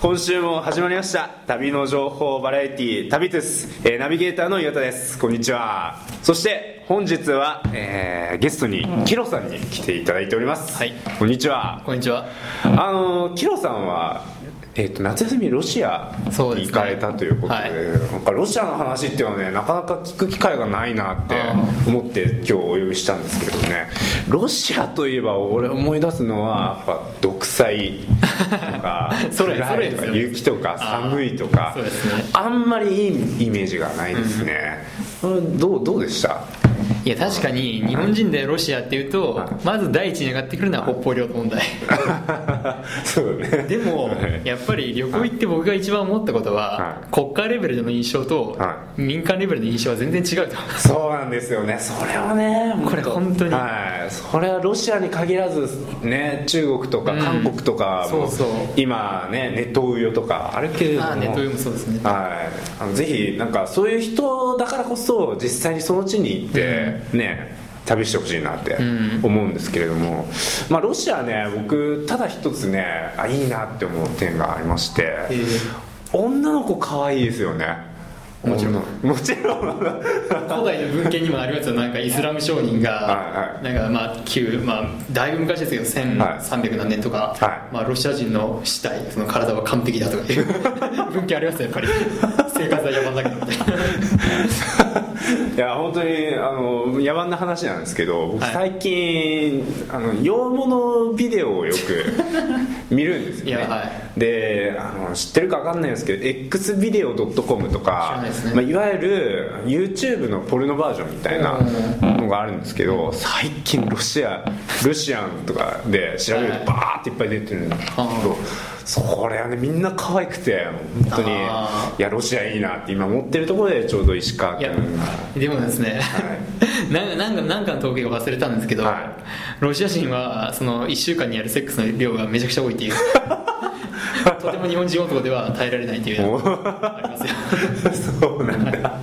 今週も始まりました旅の情報バラエティ旅です、えーナビゲーターの岩田ですこんにちはそして本日は、えーゲストにキロさんに来ていただいております、はいこんにちはこんにちは。あのーキロさんはえー、と夏休みロシアにそうです行ねかれたということではいなんかロシアの話っていうのはねなかなか聞く機会がないなってあー思って今日お呼びしたんですけどねロシアといえば俺思い出すのはやっぱ独裁とか それ暗いとそれですかよね雪とか寒いとかそうですねあんまりいいイメージがないですね、うんどうどうでした いや、確かに日本人でロシアっていうとは、まず第一に上がってくるのは北方領土 問題。そうだねでもはい、やっぱり旅行行って僕が一番思ったことはは、国家レベルでの印象とは民間レベルの印象は全然違うと。そうなんですよねそれはねこれ本当にはいそれはロシアに限らずね中国とかうん韓国とかも、そうそう今ねネトウヨとかあるけれどもああ、ネットウヨもそうですね。はいあのぜひなんかそういう人だからこそ実際にその地に行って、ね旅してほしいなってん思うんですけれども、まあ、ロシアね僕ただ一つねあいいなって思う点がありまして、ええ女の子可愛いですよねもちろん女もちろん古代の文献にもありますよ、なんかイスラム商人はが、なんかまあ旧、まあだいぶ昔ですけど、はい1300何年とかは、まあロシア人の死体、その体は完璧だとかいう 文献ありますよ、やっぱり。生活は山の中だみたいな。いや本当にあの野蛮な話なんですけど僕はい最近、あの洋物ビデオをよく見るんですよねいやはであの知ってるか分かんないんですけど xvideo.com と知らかないですねまあ、いわゆる YouTube のポルノバージョンみたいなのがあるんですけど最近ロシアロシアンとかで調べるはといバーっていっぱい出てるんですけあどーそれはねみんな可愛くて本当にあいやロシアいいなって今思ってるところでちょうど石川い君やが。でもですね、 なんなんかなんかの統計を忘れたんですけど、はロシア人はその1週間にやるセックスの量がめちゃくちゃ多いっていう とても日本人男では耐えられないというのがありますよ そうなんだ。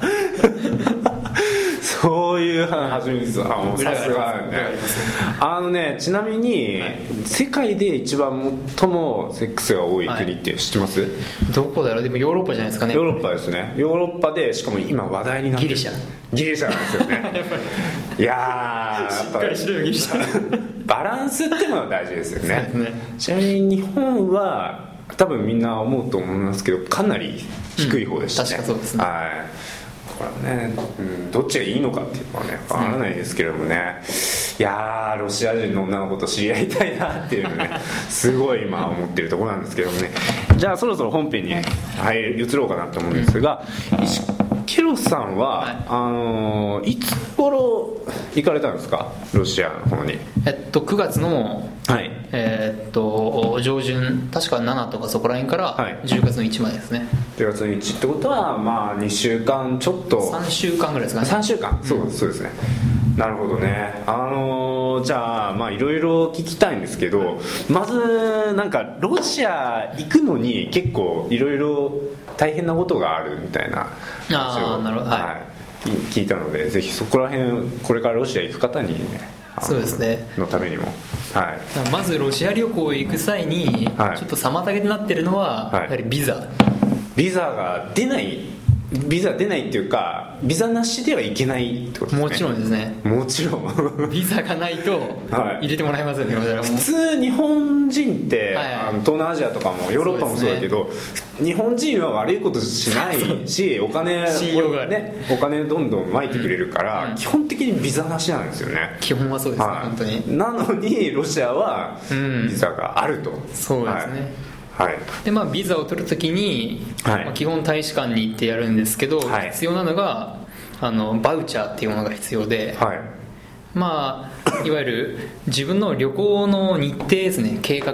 そういう話初めてです。あ、もうさすがだ裏があねります。あのね、ちなみに、世界で一番最もセックスが多い国って知ってます、 どこだろうでもヨーロッパじゃないですかねヨーロッパですね。ヨーロッパで、しかも今話題になってる。ギリシャ。ギリシャなんですよ ね。いやー、やっしっかりしろよギリシャバランスってものが大事ですよねそうですねちなみに日本は多分みんな思うと思いますけどかなり低い方でしたね、うん確かそうですねはいこれはね、うん、どっちがいいのかっていうのはねわからないですけれどもねいやーロシア人の女の子と知り合いたいなっていう のねすごい今思ってるところなんですけどもねじゃあそろそろ本編に入り移ろうかなと思うんですが、石ケロさんは、はいあのーいつ頃行かれたんですかロシアの方にえっと9月のはいえーっと上旬確か7とかそこら辺かはいら10月の1までですね、 9月の1ってことはまあ2週間ちょっと3週間ぐらいですかね3週間そうそうですねなるほどねあのーじゃあまあいろいろ聞きたいんですけどまずなんかロシア行くのに結構いろいろ大変なことがあるみたいな話をあーなるほどははいい聞いたのでぜひそこら辺これからロシア行く方にねあのそうですねのためにもはいまずロシア旅行行く際にはいちょっと妨げになってるのははいやはりビザ、ビザが出ないビザ出ないっていうかビザなしではいけないってことですねもちろんですねもちろん普ビザがないとはい入れてもらえませんね、こちらも通日本人って、はいはいあの東南アジアとかもヨーロッパもそうだけど、日本人は悪いことしないしお金信用があるね、お金どんどん撒いてくれるから、うん基本的にビザなしなんですよね、基本はそうですね、はい本当になのにロシアはうんビザがあると、そうですねはい、はいでまあビザを取るときに、はいまあ基本大使館に行ってやるんですけど、はい必要なのがあのバウチャーっていうものが必要で、はいまあいわゆる自分の旅行の日程ですね計画、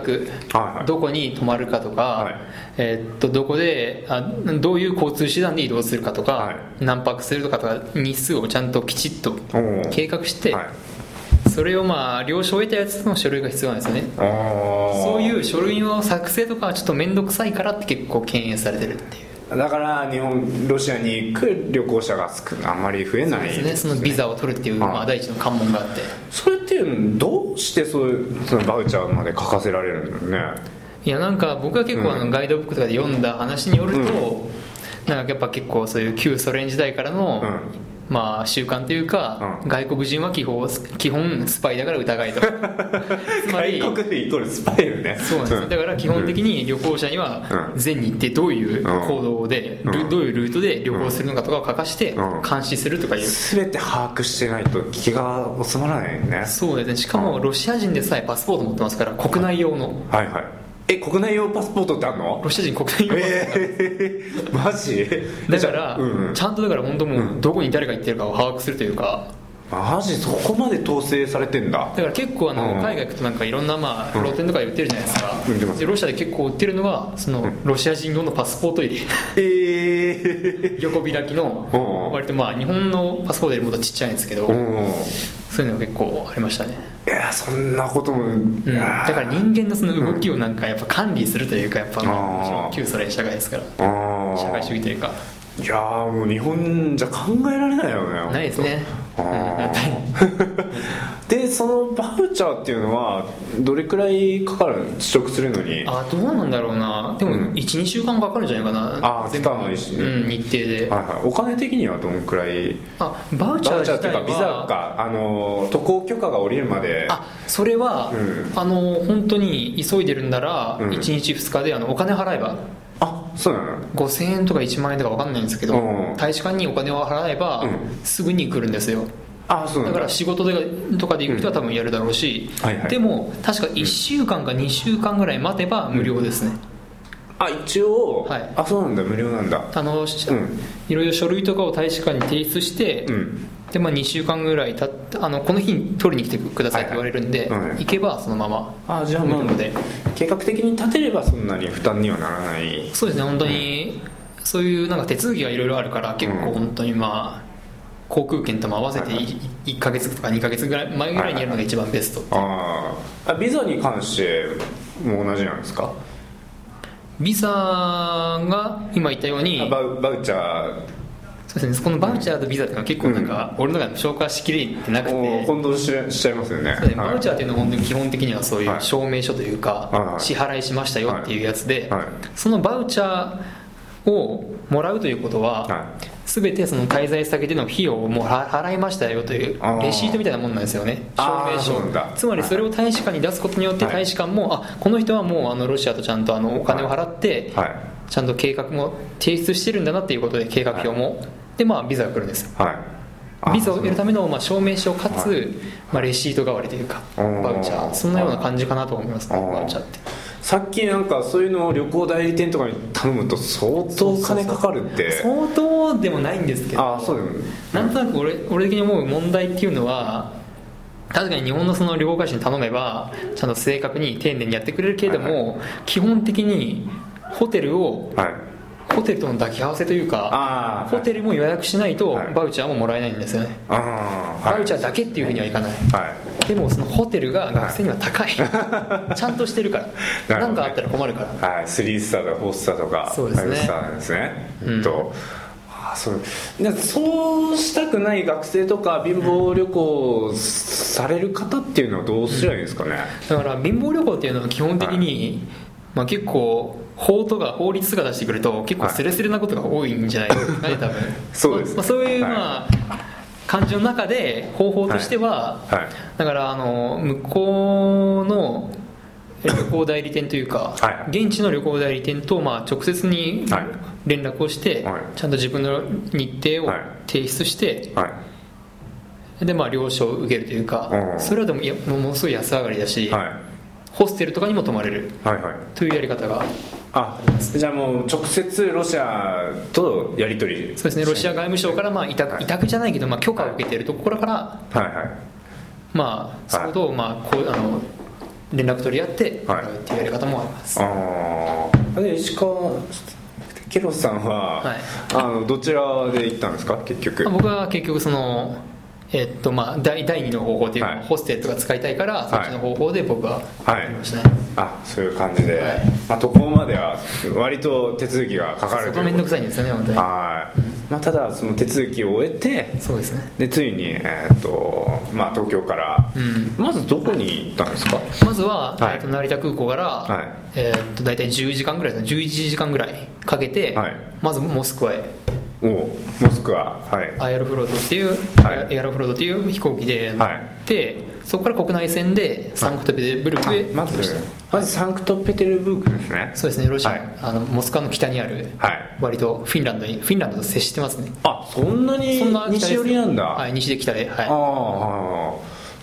はいはいどこに泊まるかとか、はいえーっとどこであどういう交通手段で移動するかとか、はい何泊するとかとか日数をちゃんときちっとおー計画して、はいそれをまあ了承を得たやつの書類が必要なんですよねそそういう書類の作成とかはちょっと面倒くさいからって結構敬遠されてるっていうだから日本ロシアに行く旅行者が少なあんまり増えないですねそのビザを取るっていう、はいまあ、第一の関門があってそれっていうのどうしてそういうそのバウチャーまで書かせられるんだろうねいやなんか僕は結構あのガイドブックとかで読んだ話によると、なんかやっぱ結構そういう旧ソ連時代からの、うんまあ習慣というか、うん外国人は基本基本スパイだから疑 いとつまり外国人イコールスパイよねそうなんですよだから基本的に旅行者にはうん全日程どういう行動で、うんルどういうルートで旅行するのかとかを書かしてうん監視するとかいう、全て把握してないと気が収まらないよねそうですねしかもロシア人でさえパスポート持ってますから国内用のはいはいえ国内用パスポートってあんのロシア人国内用のえー、 マジだから、うんうんちゃんとだから本当もううどこに誰が行ってるかを把握するというかマジそこまで統制されてんだだから結構あの、うん海外行くとなんかいろんなまあうん露店とかで売ってるじゃないですか、売ってますでロシアで結構売ってるのがその、ロシア人用のパスポート入れ ええ横開きのうん割とまあ日本のパスポートよりもっとちっちゃいんですけど、ー、うんそういうのが結構ありましたね、いやそんなことも、うん、だあーから人間のその動きをなんかやっぱ管理するというかやっぱあー旧ソ連社会ですからあー社会主義というかいやーもう日本じゃ考えられないよねないですねあーやっぱりでそのバウチャーっていうのはどれくらいかかるの取得するのにあどうなんだろうなでもうん12、週間かかるんじゃないかなあー来たの一緒にうん、日程ではいはい、お金的にはどのくらいあバウチバャーウチャー自ってい体うはかビザかあの渡航許可が下りるまであそれは、うあの本当に急いでるんなら、うん1日2日であのお金払えばあそうなの5000円とか1万円とか分かんないんですけど、うん大使館にお金を払えば、うんすぐに来るんですよあそうなだんかだら仕事でとかで行く人は多分やるだろうし、はいはいでも確か1週間か2週間ぐらい待てば無料ですね、あ一応、はいあそうなんだ無料なんだあのしうんいろいろ書類とかを大使館に提出して、うんでまあ、2週間ぐらいたってあのこの日に取りに来てくださいって言われるんはで、いはいうん行けばそのままあじゃあ無まあ料で計画的に立てればそんなに負担にはならないそうですね本当にそういうなんか手続きがいろいろあるから結構本当にまあ航空券とも合わせてはいはい1か月とか2か月ぐらい前ぐらいにやるのが一番ベストあーあビザに関しても同じなんですかビザが今言ったようにあバウバウチャそうですねこのバウチャーとビザっていうのは結構なんか俺の中で消化しきれてなくーてをそう混同ししちゃいますよねですねはいバウチャーっていうのは本当に基本的にはそういはうい証明書というはいはかい支払いしましたよっていうやつではいそのバウチャーをもらうということはは全てその滞在先での費用をもう払払いましたよというあーレシートみたいなもんなんですよね証あー明そうなんだ書つまりそれを大使館に出すことによってはい大使館も、あこの人はもうあのロシアとちゃんとあのお金を払ってい、はいちゃんと計画も提出してるんだなっていうことで計画表も、でまあビザが来るんですよはいあビザを得るそためのまあ証明書かつ、はいまあ、レシート代わりというかあーバウチャーそんなような感じかなと思いますあバーウチャーってうさっきなんかそういうのを旅行代理店とかに頼むと相当お金かかるって相当でもないんですけどああそうだよねなんとなく俺俺的に思う問題っていうのは確かに日本のその旅行会社に頼めばちゃんと正確に丁寧にやってくれるけれども、基本的にホテルをはいホテルとの抱き合わせというかああホテルも予約しないとはいバウチャーももらえないんですよね、ああはバいウチャーだけっていうふうにはいかないはいでもそのホテルが学生には高い、 ちゃんとしてるかなるらなほどねんかあったら困るからはい、3スターとか4スターとかそうですね5スターなんですね、うんとああそうでそうしたくない学生とか貧乏旅行される方っていうのはどうすればいいんですかね、だから貧乏旅行っていうのは基本的に、まあ、結構法とか法律が出してくると結構はいスレスレなことが多いんじゃないです かね、多分そうですねまあ、そういう、はいまあ感じの中で方法としては、はいだからあの向こうの旅行代理店というか、はい現地の旅行代理店とまあ直接にはい連絡をして、はいちゃんと自分の日程をはい提出して、はいでまあ了承を受けるというか、うんそれはでもいやもうものすごい安上がりだし、はい、ホステルとかにも泊まれるはいはいというやり方があじゃあもう直接ロシアとやり取りそうですねロシア外務省からまあ委託委託じゃないけどまあ許可を受けているところからはいはいまあそことをまあこうあの連絡取り合ってはいっていうやり方もあります、ああで石川ケロスさんは、はいあのどちらで行ったんですか結局まあ僕は結局そのえっとまあ第第二の方法というか、はいホステルとか使いたいからいそっちの方法で僕ははいやりましたね、あそういう感じで、はいまあ、渡航までは割と手続きがかかるそとこいめうんことどくさいんですよね本当にはいまあ、ただその手続きを終えてそうですねでついに、えーとまあ、東京から、うんまずどこに行ったんですかまずは、はいえっと成田空港から、はいえっと大体10時間ぐらいですね11時間ぐらいかけて、はいまずモスクワへおうモスクワはいアイアロフロードっていう、はいエアロフロードっていう飛行機で乗って、そこから国内線でサンクトペテルブルクへ行きままずした、まずサンクトペテルブルクですねそうですねロシア、はいあのモスクワの北にある、はい割とフィンランドにフィンランドと接してますねあそんなにそんな北です西寄りなんだ、はい西で北ではああい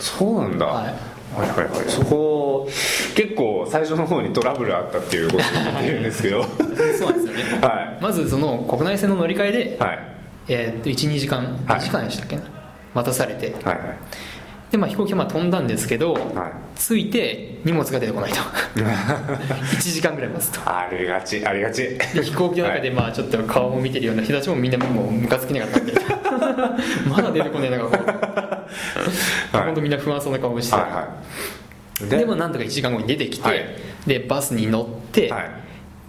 そうなんだ、はいはいはいはいそこ結構最初の方にトラブルあったっていうことを聞いてるんです けどはそうなんですよねまずその国内線の乗り換えでい、はいえーっと12時間はい2時間でしたっけな、待たされてはいで、まあ、飛行機はまあ飛んだんですけど、はい着いて荷物が出てこ ないと1時間ぐらい待つとありがちありがちで飛行機の中でまあちょっと顔も見てるような人たちもみんなもうムカつきながら立ってるまだ出てこないなんかこうはい本当みんな不安そうな顔をしてた、はいはいでもなんとか1時間後に出てきて、はいでバスに乗って、はい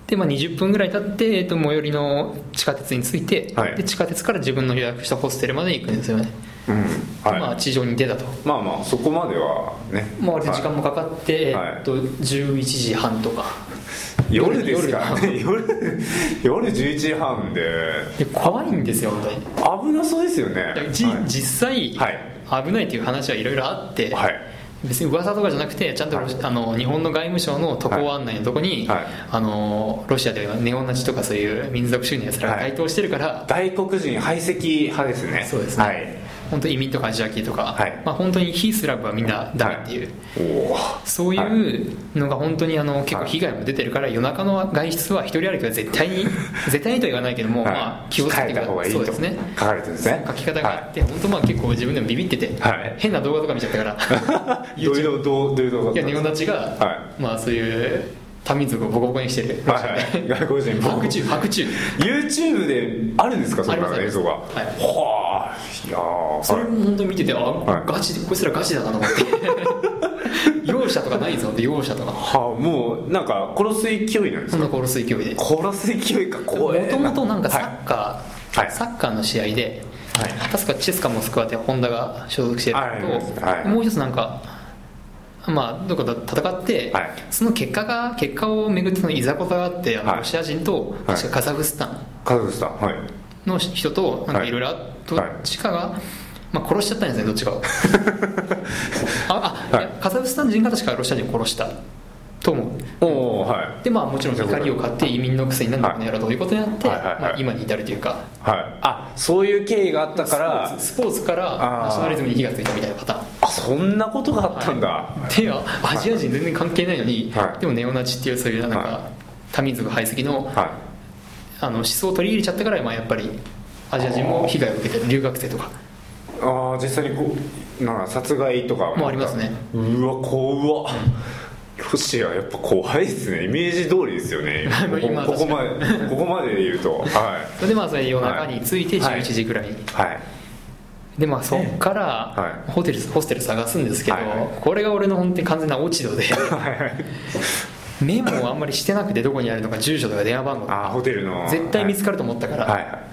でまあ、20分ぐらい経って、えっと、最寄りの地下鉄に着いて、はいで地下鉄から自分の予約したホステルまで行くんですよね、うんはいまあ、地上に出たと、まあまあそこまではねまあ、割と時間はもかかって、はいえっと、11時半とかい夜ですからね 夜夜11時半でで怖いんですよ本当に危なそうですよねだからじはい実際、危ないっていう話はいろいろあって、はい別に噂とかじゃなくてちゃんとロシ、あの日本の外務省の渡航案内のとこに、はいはいあのロシアではネオナチとかそういう民族主義のやつらがはい台頭してるから、外国人排斥派ですねそうですねはい本当移民とかアジア系とか、はいまあ、本当に非スラブはみんなダメっていう、おおーそういうのが本当にあの結構被害も出てるから、夜中の外出は一人歩きは絶 対に絶対にとは言わないけども、はいまあ、気をつけ控てえくだた方がいいそうとですね書かれてるんですね書き方があって、本当まあ結構自分でもビビってて、はい変な動画とか見ちゃったからはい どういうどうどういう動画いやネオナチが、はまあそういう多民族をボコボコにしてるはいはい外国人ボコボコ白昼白昼 YouTube であるんですかそんありますなあり映ます像がはいはあいやーそれはいも本当に見ててあ、はいガチこいつらガチだなと思って 容赦とかないぞって容赦とかはあもうなんか殺す勢いなんですそんかな殺す勢いでも殺す勢いか怖えともとなんかサはいッカー、はいサッカーの試合で、はい確かチェスカモスクワってホンダが所属してるのと、はいはいもう一つなんかまあどこかと戦って、はいその結果が結果を巡ってそのいざこざがあってあのはいロシア人と確かカザフスタン、カズさんはいの人となんかいろいろあどっちかが、まあ、殺しちゃったんですねどっちかを ああ、いやはカザフスタン人が確かロシア人を殺したと思うおおはいでまあもちろん怒りを買って移民のくせになんだこの野郎ということになって、はいはいはいまあ、今に至るというかはいあそういう経緯があったからスポーツからあーナショナリズムに火がついたみたいなパターンあそんなことがあったんだ、であアジア人全然関係ないのに、はいでもネオナチっていうそういうなんか、は多民族排斥のはあの思想を取り入れちゃったから、まあ、やっぱりアジア人も被害を受けてる留学生とかい、ああ実際にこうなんか殺害とかもありますねうわ怖わロシアやっぱ怖いですねイメージ通りですよねまあ 今ここここまでここまでで言うとはそれでまあそれ夜中に着いてはい11時ぐらいに、いはいでまあそっかはらホテル、ホステル探すんですけど、はいはいこれが俺の本当に完全な落ち度でメモをあんまりしてなくてどこにあるのか住所とか電話番号あーホテルの絶対見つかると思ったから、はいはいはい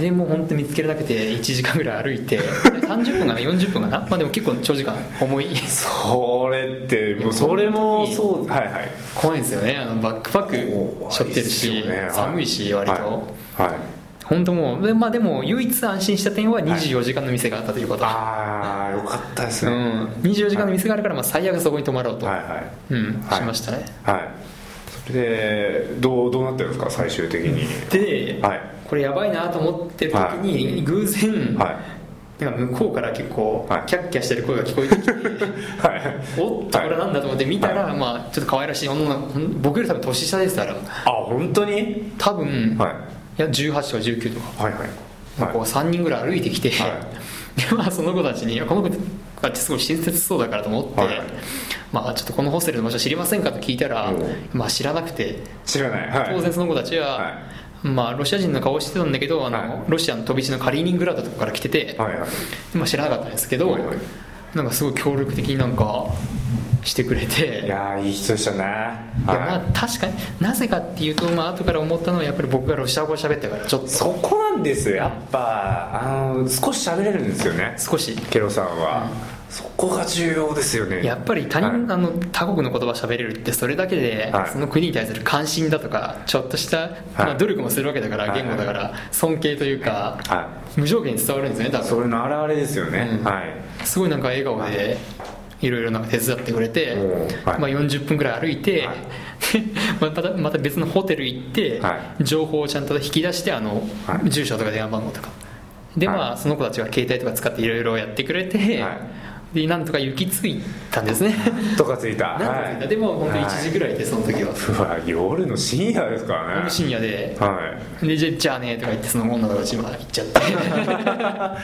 でもう本当見つけれなくて1時間ぐらい歩い て30分かな40分かなまあでも結構長時間重いそれってもうそれもいやそうはいはい怖いんですよねあのバックパック背負ってる怖いし、ですよねはい寒いし割と、はい、はい本当もうで,、まあ、でも唯一安心した点は24時間の店があったということ、ああよかったですうね、ん、24時間の店があるからまあ最悪そこに泊まろうと、はいはいうん、はいしましたね、はいそれでどうどうなってるんですか最終的にで、はいこれやばいなと思ってる時に偶然、はいなんか向こうから結構はいキャッキャしてる声が聞こえてきて、はいおっとこれなんだと思って見たら、まあ、ちょっと可愛らしい女の子僕より多分年下ですからあ本当に多分、はいい、や18とか19とかはいはいなんかこうはい3人ぐらい歩いてきて、は でまあ、その子たちにいやこの子たちすごい親切そうだからと思って、はいまあ、ちょっとこのホステルの場所知りませんかと聞いたらおう、まあ、知らなくて知らないはい当然その子たちは、はまあ、ロシア人の顔してたんだけどあの、はいロシアの飛び地のカリーニングラードとかから来てて、はいはいまあ、知らなかったんですけど、はいはいなんかすごい協力的になんかしてくれていやーいい人でしたねいやまあ確かになぜかっていうと、まあ後から思ったのはやっぱり僕がロシア語を喋ったからちょっとそこなんですよやっぱあの少し喋れるんですよね少しケロさんは、そこが重要ですよねやっぱり他はい人、あの他国の言葉喋れるってそれだけで、はいその国に対する関心だとかちょっとした、まあ、努力もするわけだから、はい言語だから尊敬というか、は無条件に伝わるんですね多いそ分れの表れですよね、うんはいすごいなんか笑顔でいろいろなんか手伝ってくれて、おーはいまあ、40分ぐらい歩いて、はい またまた別のホテル行って、は情報をちゃんと引き出してあの、はい住所とか電話番号とかでまあ、その子たちが携帯とか使っていろいろやってくれて、はでなんとか行き着いたんですねとかついた なんとか着いはたいでも本当1時はぐらいでその時は、い、うわ夜の深夜ですからね深夜ではいでじゃじゃあねとか言ってその女の子たちまで行っちゃ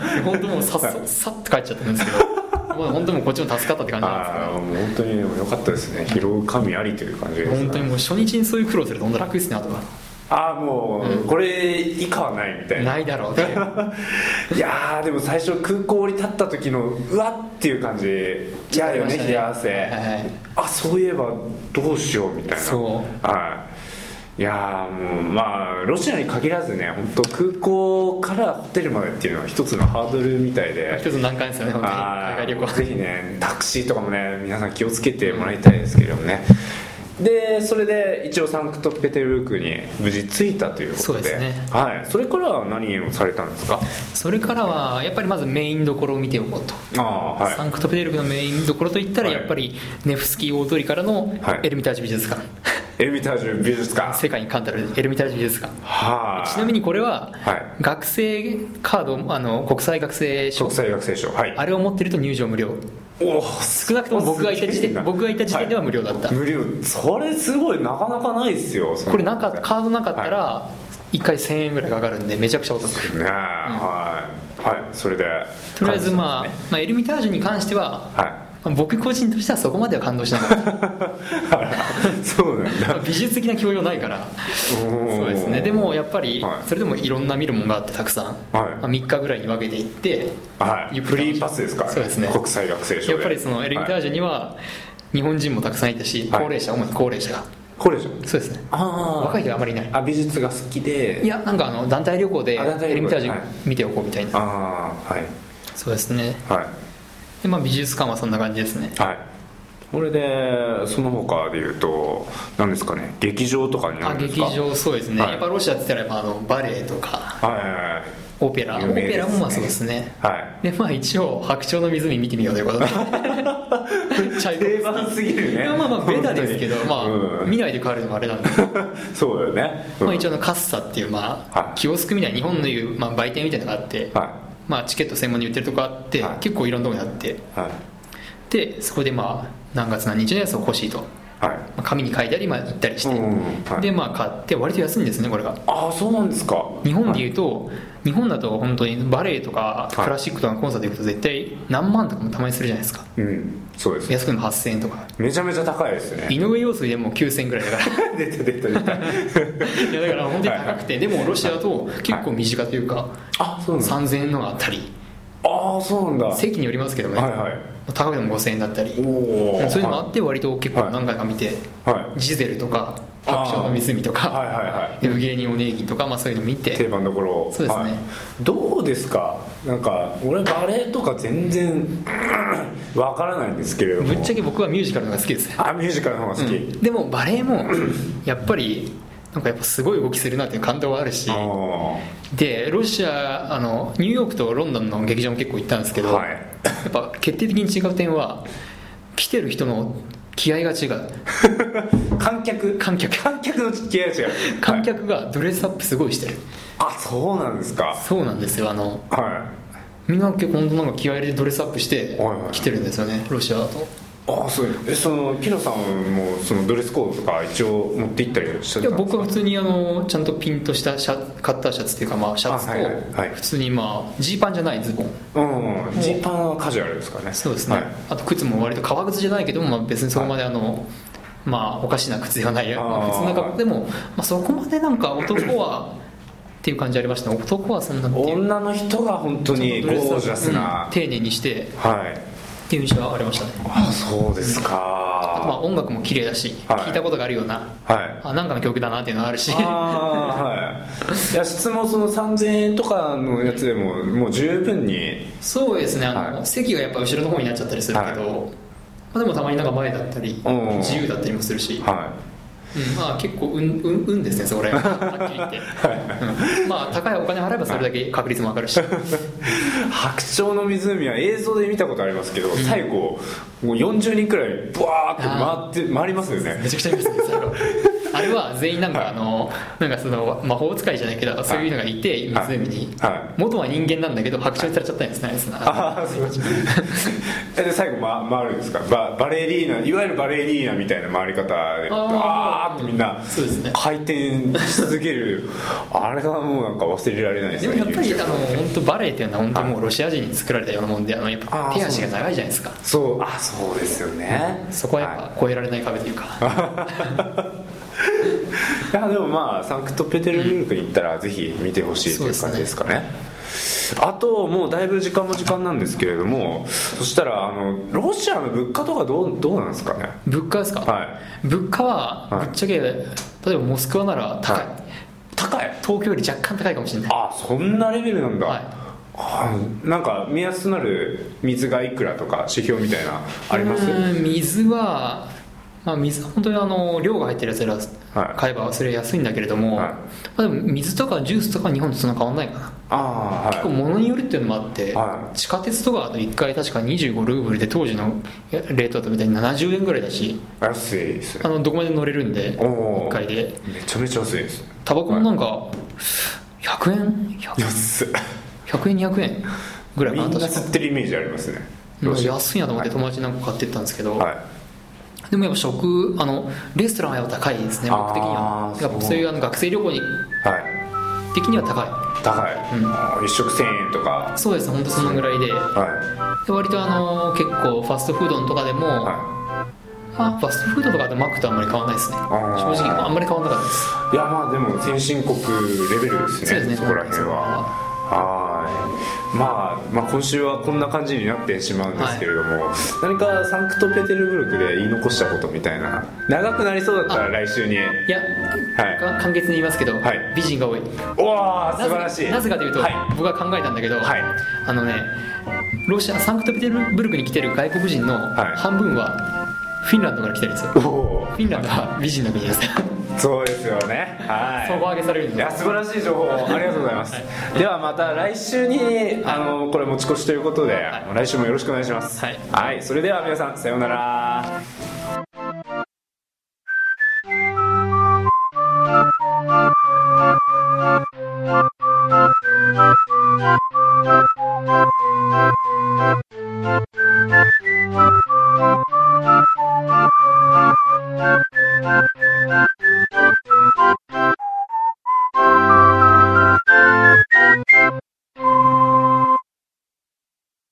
って本当もうさっそさっと帰っちゃったんですけどまあ本当もうこっちも助かったって感じなんですけどああもう本当に良かったですね疲労神ありという感じです、ね、本当にもう初日にそういう苦労すると本当楽ですねあとはああもう、これ以下はないみたいなないだろうって いういやーでも最初空港降り立った時のうわっっていう感じいやよねちょっとありましたね冷や汗、はいあそういえばどうしようみたいなそはいいやーもうまあロシアに限らずね本当空港からホテルまでっていうのは一つのハードルみたいで一つの難関ですよね本当にあ海ー外旅行ぜひねタクシーとかもね皆さん気をつけてもらいたいですけれどもね、でそれで一応サンクトペテルブルクに無事着いたということでそうですねはい、それからは何をされたんですかそれからはやっぱりまずメインどころを見ておこうと、ああはいサンクトペテルブルクのメインどころといったらはいやっぱりネフスキー大通りからのはいエルミタージュ美術館、エルミタージュ美術館世界に冠たるエルミタージュ美術館はいちなみにこれははい学生カードあの国際学生証国際学生賞はいあれを持ってると入場無料おお少なくとも僕がいた時点僕がいた時点では無料だった、無料それすごいなかなかないですよそんこれなかカードなかったら1回1000円ぐらいかかるんでめちゃくちゃお得ねえ、はいはいそれでとりあえず、まあまあ、エルミタージュに関しては、はまあ僕個人としてはそこまでは感動 しなかった い そうなんだ美術的な教養ないからそそうですねでもやっぱりはいそれでもいろんな見るものがあってたくさん、まあ、3日ぐらいに分けていってはい、ゆっフくりリーパスですから、そうですね国際学生証でやっぱりそのエルミターはいジュには日本人もたくさんいたしは高い齢者主に高齢者がこれでしょそうですねあ若いい人はあまりいないあ美術が好きでいやなんかあの団体旅行であ団体旅行エルミタージはいュ見ておこうみたいなああはいそうですねはいでまあ美術館はそんな感じですねはいこれでその他でいうと何ですかね劇場とかになあるんです劇か場そうですね、はいやっぱロシアって言ったらやっぱあのバレエとかはいはいはいオペラ、有オ名ですねペラもまあそうですねはいでまあ一応「白鳥の湖」見てみようということ で茶色定番すぎるねいやまあまあベタですけど、まあうん見ないで帰るのもあれなんで、そうだよね、うんまあ、一応あのカッサっていう、まはあ、いキオスクみたいな日本のいう、まあ、売店みたいなのがあって、はまあ、チケット専門に売ってるとこあって、はい結構いろんなとこにあっていはでそこでまあ何月何日のやつを欲しいと、まいはいあ、紙に書いたり、まあ、行ったりして、うんうんはいでまあ買って割と安いんですねこれがああそうなんですか日本でいうと、日本だと本当にバレエとかはいクラシックとかのコンサート行くと絶対何万とかもたまにするじゃないですかうんそうです安くても8000円とかめちゃめちゃ高いですね井上陽水でも9000円ぐらいだか ら出た出た出 たいやだから本当に高くてでもロシアだと結構身近というかあそうなんだ3000円のがあったりああそうなんだ席によりますけどねはいはい高くても5000円だったりおおそういうのもあって割と結構何回か見てはいジゼルとかあー白鳥の湖とはいかはいはいエブゲーニオネーギンとかまあそういうの見定て番どころそうですねはいどうですかなんか俺バレエとか全然わからないんですけれどもぶっちゃけ僕はミュージカルのが好きですねあミュージカルの方が好き、うんでもバレエもやっぱりなんかやっぱすごい動きするなっていう感動はあるしあーでロシアあのニューヨークとロンドンの劇場も結構行ったんですけど、はいやっぱ決定的に違う点は来てる人の気合が違う観客観客観客の気合が違う観はい客がドレスアップすごいしてる、あそうなんですかそうなんですよあのはみんな結構本当なんか気合入れてドレスアップしてはいはい来てるんですよねロシアだといあそうえそのピノさんもそのドレスコードとか一応持って行ったりしていたんですやか僕は普通にあのちゃんとピンとしたシャカッターシャツっていうかまあシャツあはいはいとはい普通にまあジーパンじゃないズボンうんうんジーパンはカジュアルですかねそうですね、はいあと靴も割と革靴じゃないけど、まあ、別にそこまであの、まあおかしな靴ではないよあー靴の中でも、まあ、そこまでなんか男はっていう感じありましたね男はそんなっていう女の人が本当にゴージャスな、うん丁寧にしてはいっていう印象はありましたねあそうですまあか、音楽も綺麗だし、はい聞いたことがあるようなはいあなんかの曲だなっていうのはあるしあーはいいや質問その3000円とかのやつでももう十分にそうですねあの、はい席がやっぱ後ろの方になっちゃったりするけど、はまあ、でもたまになんか前だったりうん自由だったりもするし、はうんまあ、結構運、うん、うんですねそこら辺ははっきり言って、うんまあ高いお金払えばそれだけ確率も上がるしい白鳥の湖は映像で見たことありますけど、最後もう40人くらいブワーって回って回りますよねめちゃくちゃいいですねそれはあれは全員なんかあのなんかその魔法使いじゃないけどそういうのがいてはい湖にはい元は人間なんだけど白鳥されちゃったんですねあいつなああそうえで最後、ま、回るんですかババレリーナいわゆるバレリーナみたいな回り方であーあーってみんなそうですね回転し続けるあれがもうなんか忘れられないですでもねやっぱりあの本当バレエっていうのは本当にもうロシア人に作られたようなもんであのやっあぱー手足が長いじゃないですかそうあそうですよね、そこはやっぱ超えられない壁というかいやでもまあサンクトペテルブルクに行ったらぜひ見てほしいという感じですかねあともうだいぶ時間も時間なんですけれどもそしたらあのロシアの物価とかどうどうなんですかね物価ですか、は物価ははいぶっちゃけ例えばモスクワなら高い、はい高い東京より若干高いかもしれないあそんなレベルなんだ、はいあなんか目安となる水がいくらとか指標みたいなありますうーん水は、まあ、水は本当にあの量が入ってるやつはらい買えばそれは安いんだけれども、はいまあ、でも水とかジュースとかは日本とそんな変わんないかなああ結ー構はい物によるっていうのもあって、はい地下鉄とかだと1回確か25ルーブルで当時のレートだとみたいに70円ぐらいだし安いですねあのどこまで乗れるんでおお1回でめちゃめちゃ安いですタバコもなんか100円100安っ円200円ぐらいみかんなな確か吸ってるイメージありますねうんロシア安いなと思って友達になんか買ってったんですけど、はいでもやっぱ食あのレストランはやっぱ高いですね僕的にあはーやっぱそうそういうあの学生旅行にはい的には高高い、あー一食1000円とかいそうですね本当そのぐらいではで割とあの結構ファストフードのとかでも、いはあファストフードとかでマックとあんまり変わらないですねー正直あんまり変わらなかったですいいやまあでも先進国レベルですねそうですねこら辺ははい、まあ、まあ今週はこんな感じになってしまうんですけれども、何かサンクトペテルブルクで言い残したことみたいな長くなりそうだったら来週にいや、はいか簡潔に言いますけど、はい美人が多いおお素なぜ晴らしいなぜかというと、はい僕が考えたんだけど、はいあのねロシアサンクトペテルブルクに来てる外国人のい半分はフィンランドから来てるんですよ、おおフィンランドは美人の国ですそうですよねはい底上げされるんいでや素晴らしい情報ありがとうございます、ではまた来週にあのこれ持ち越しということで、い来週もよろしくお願いしますはいそれでは皆さんさようなら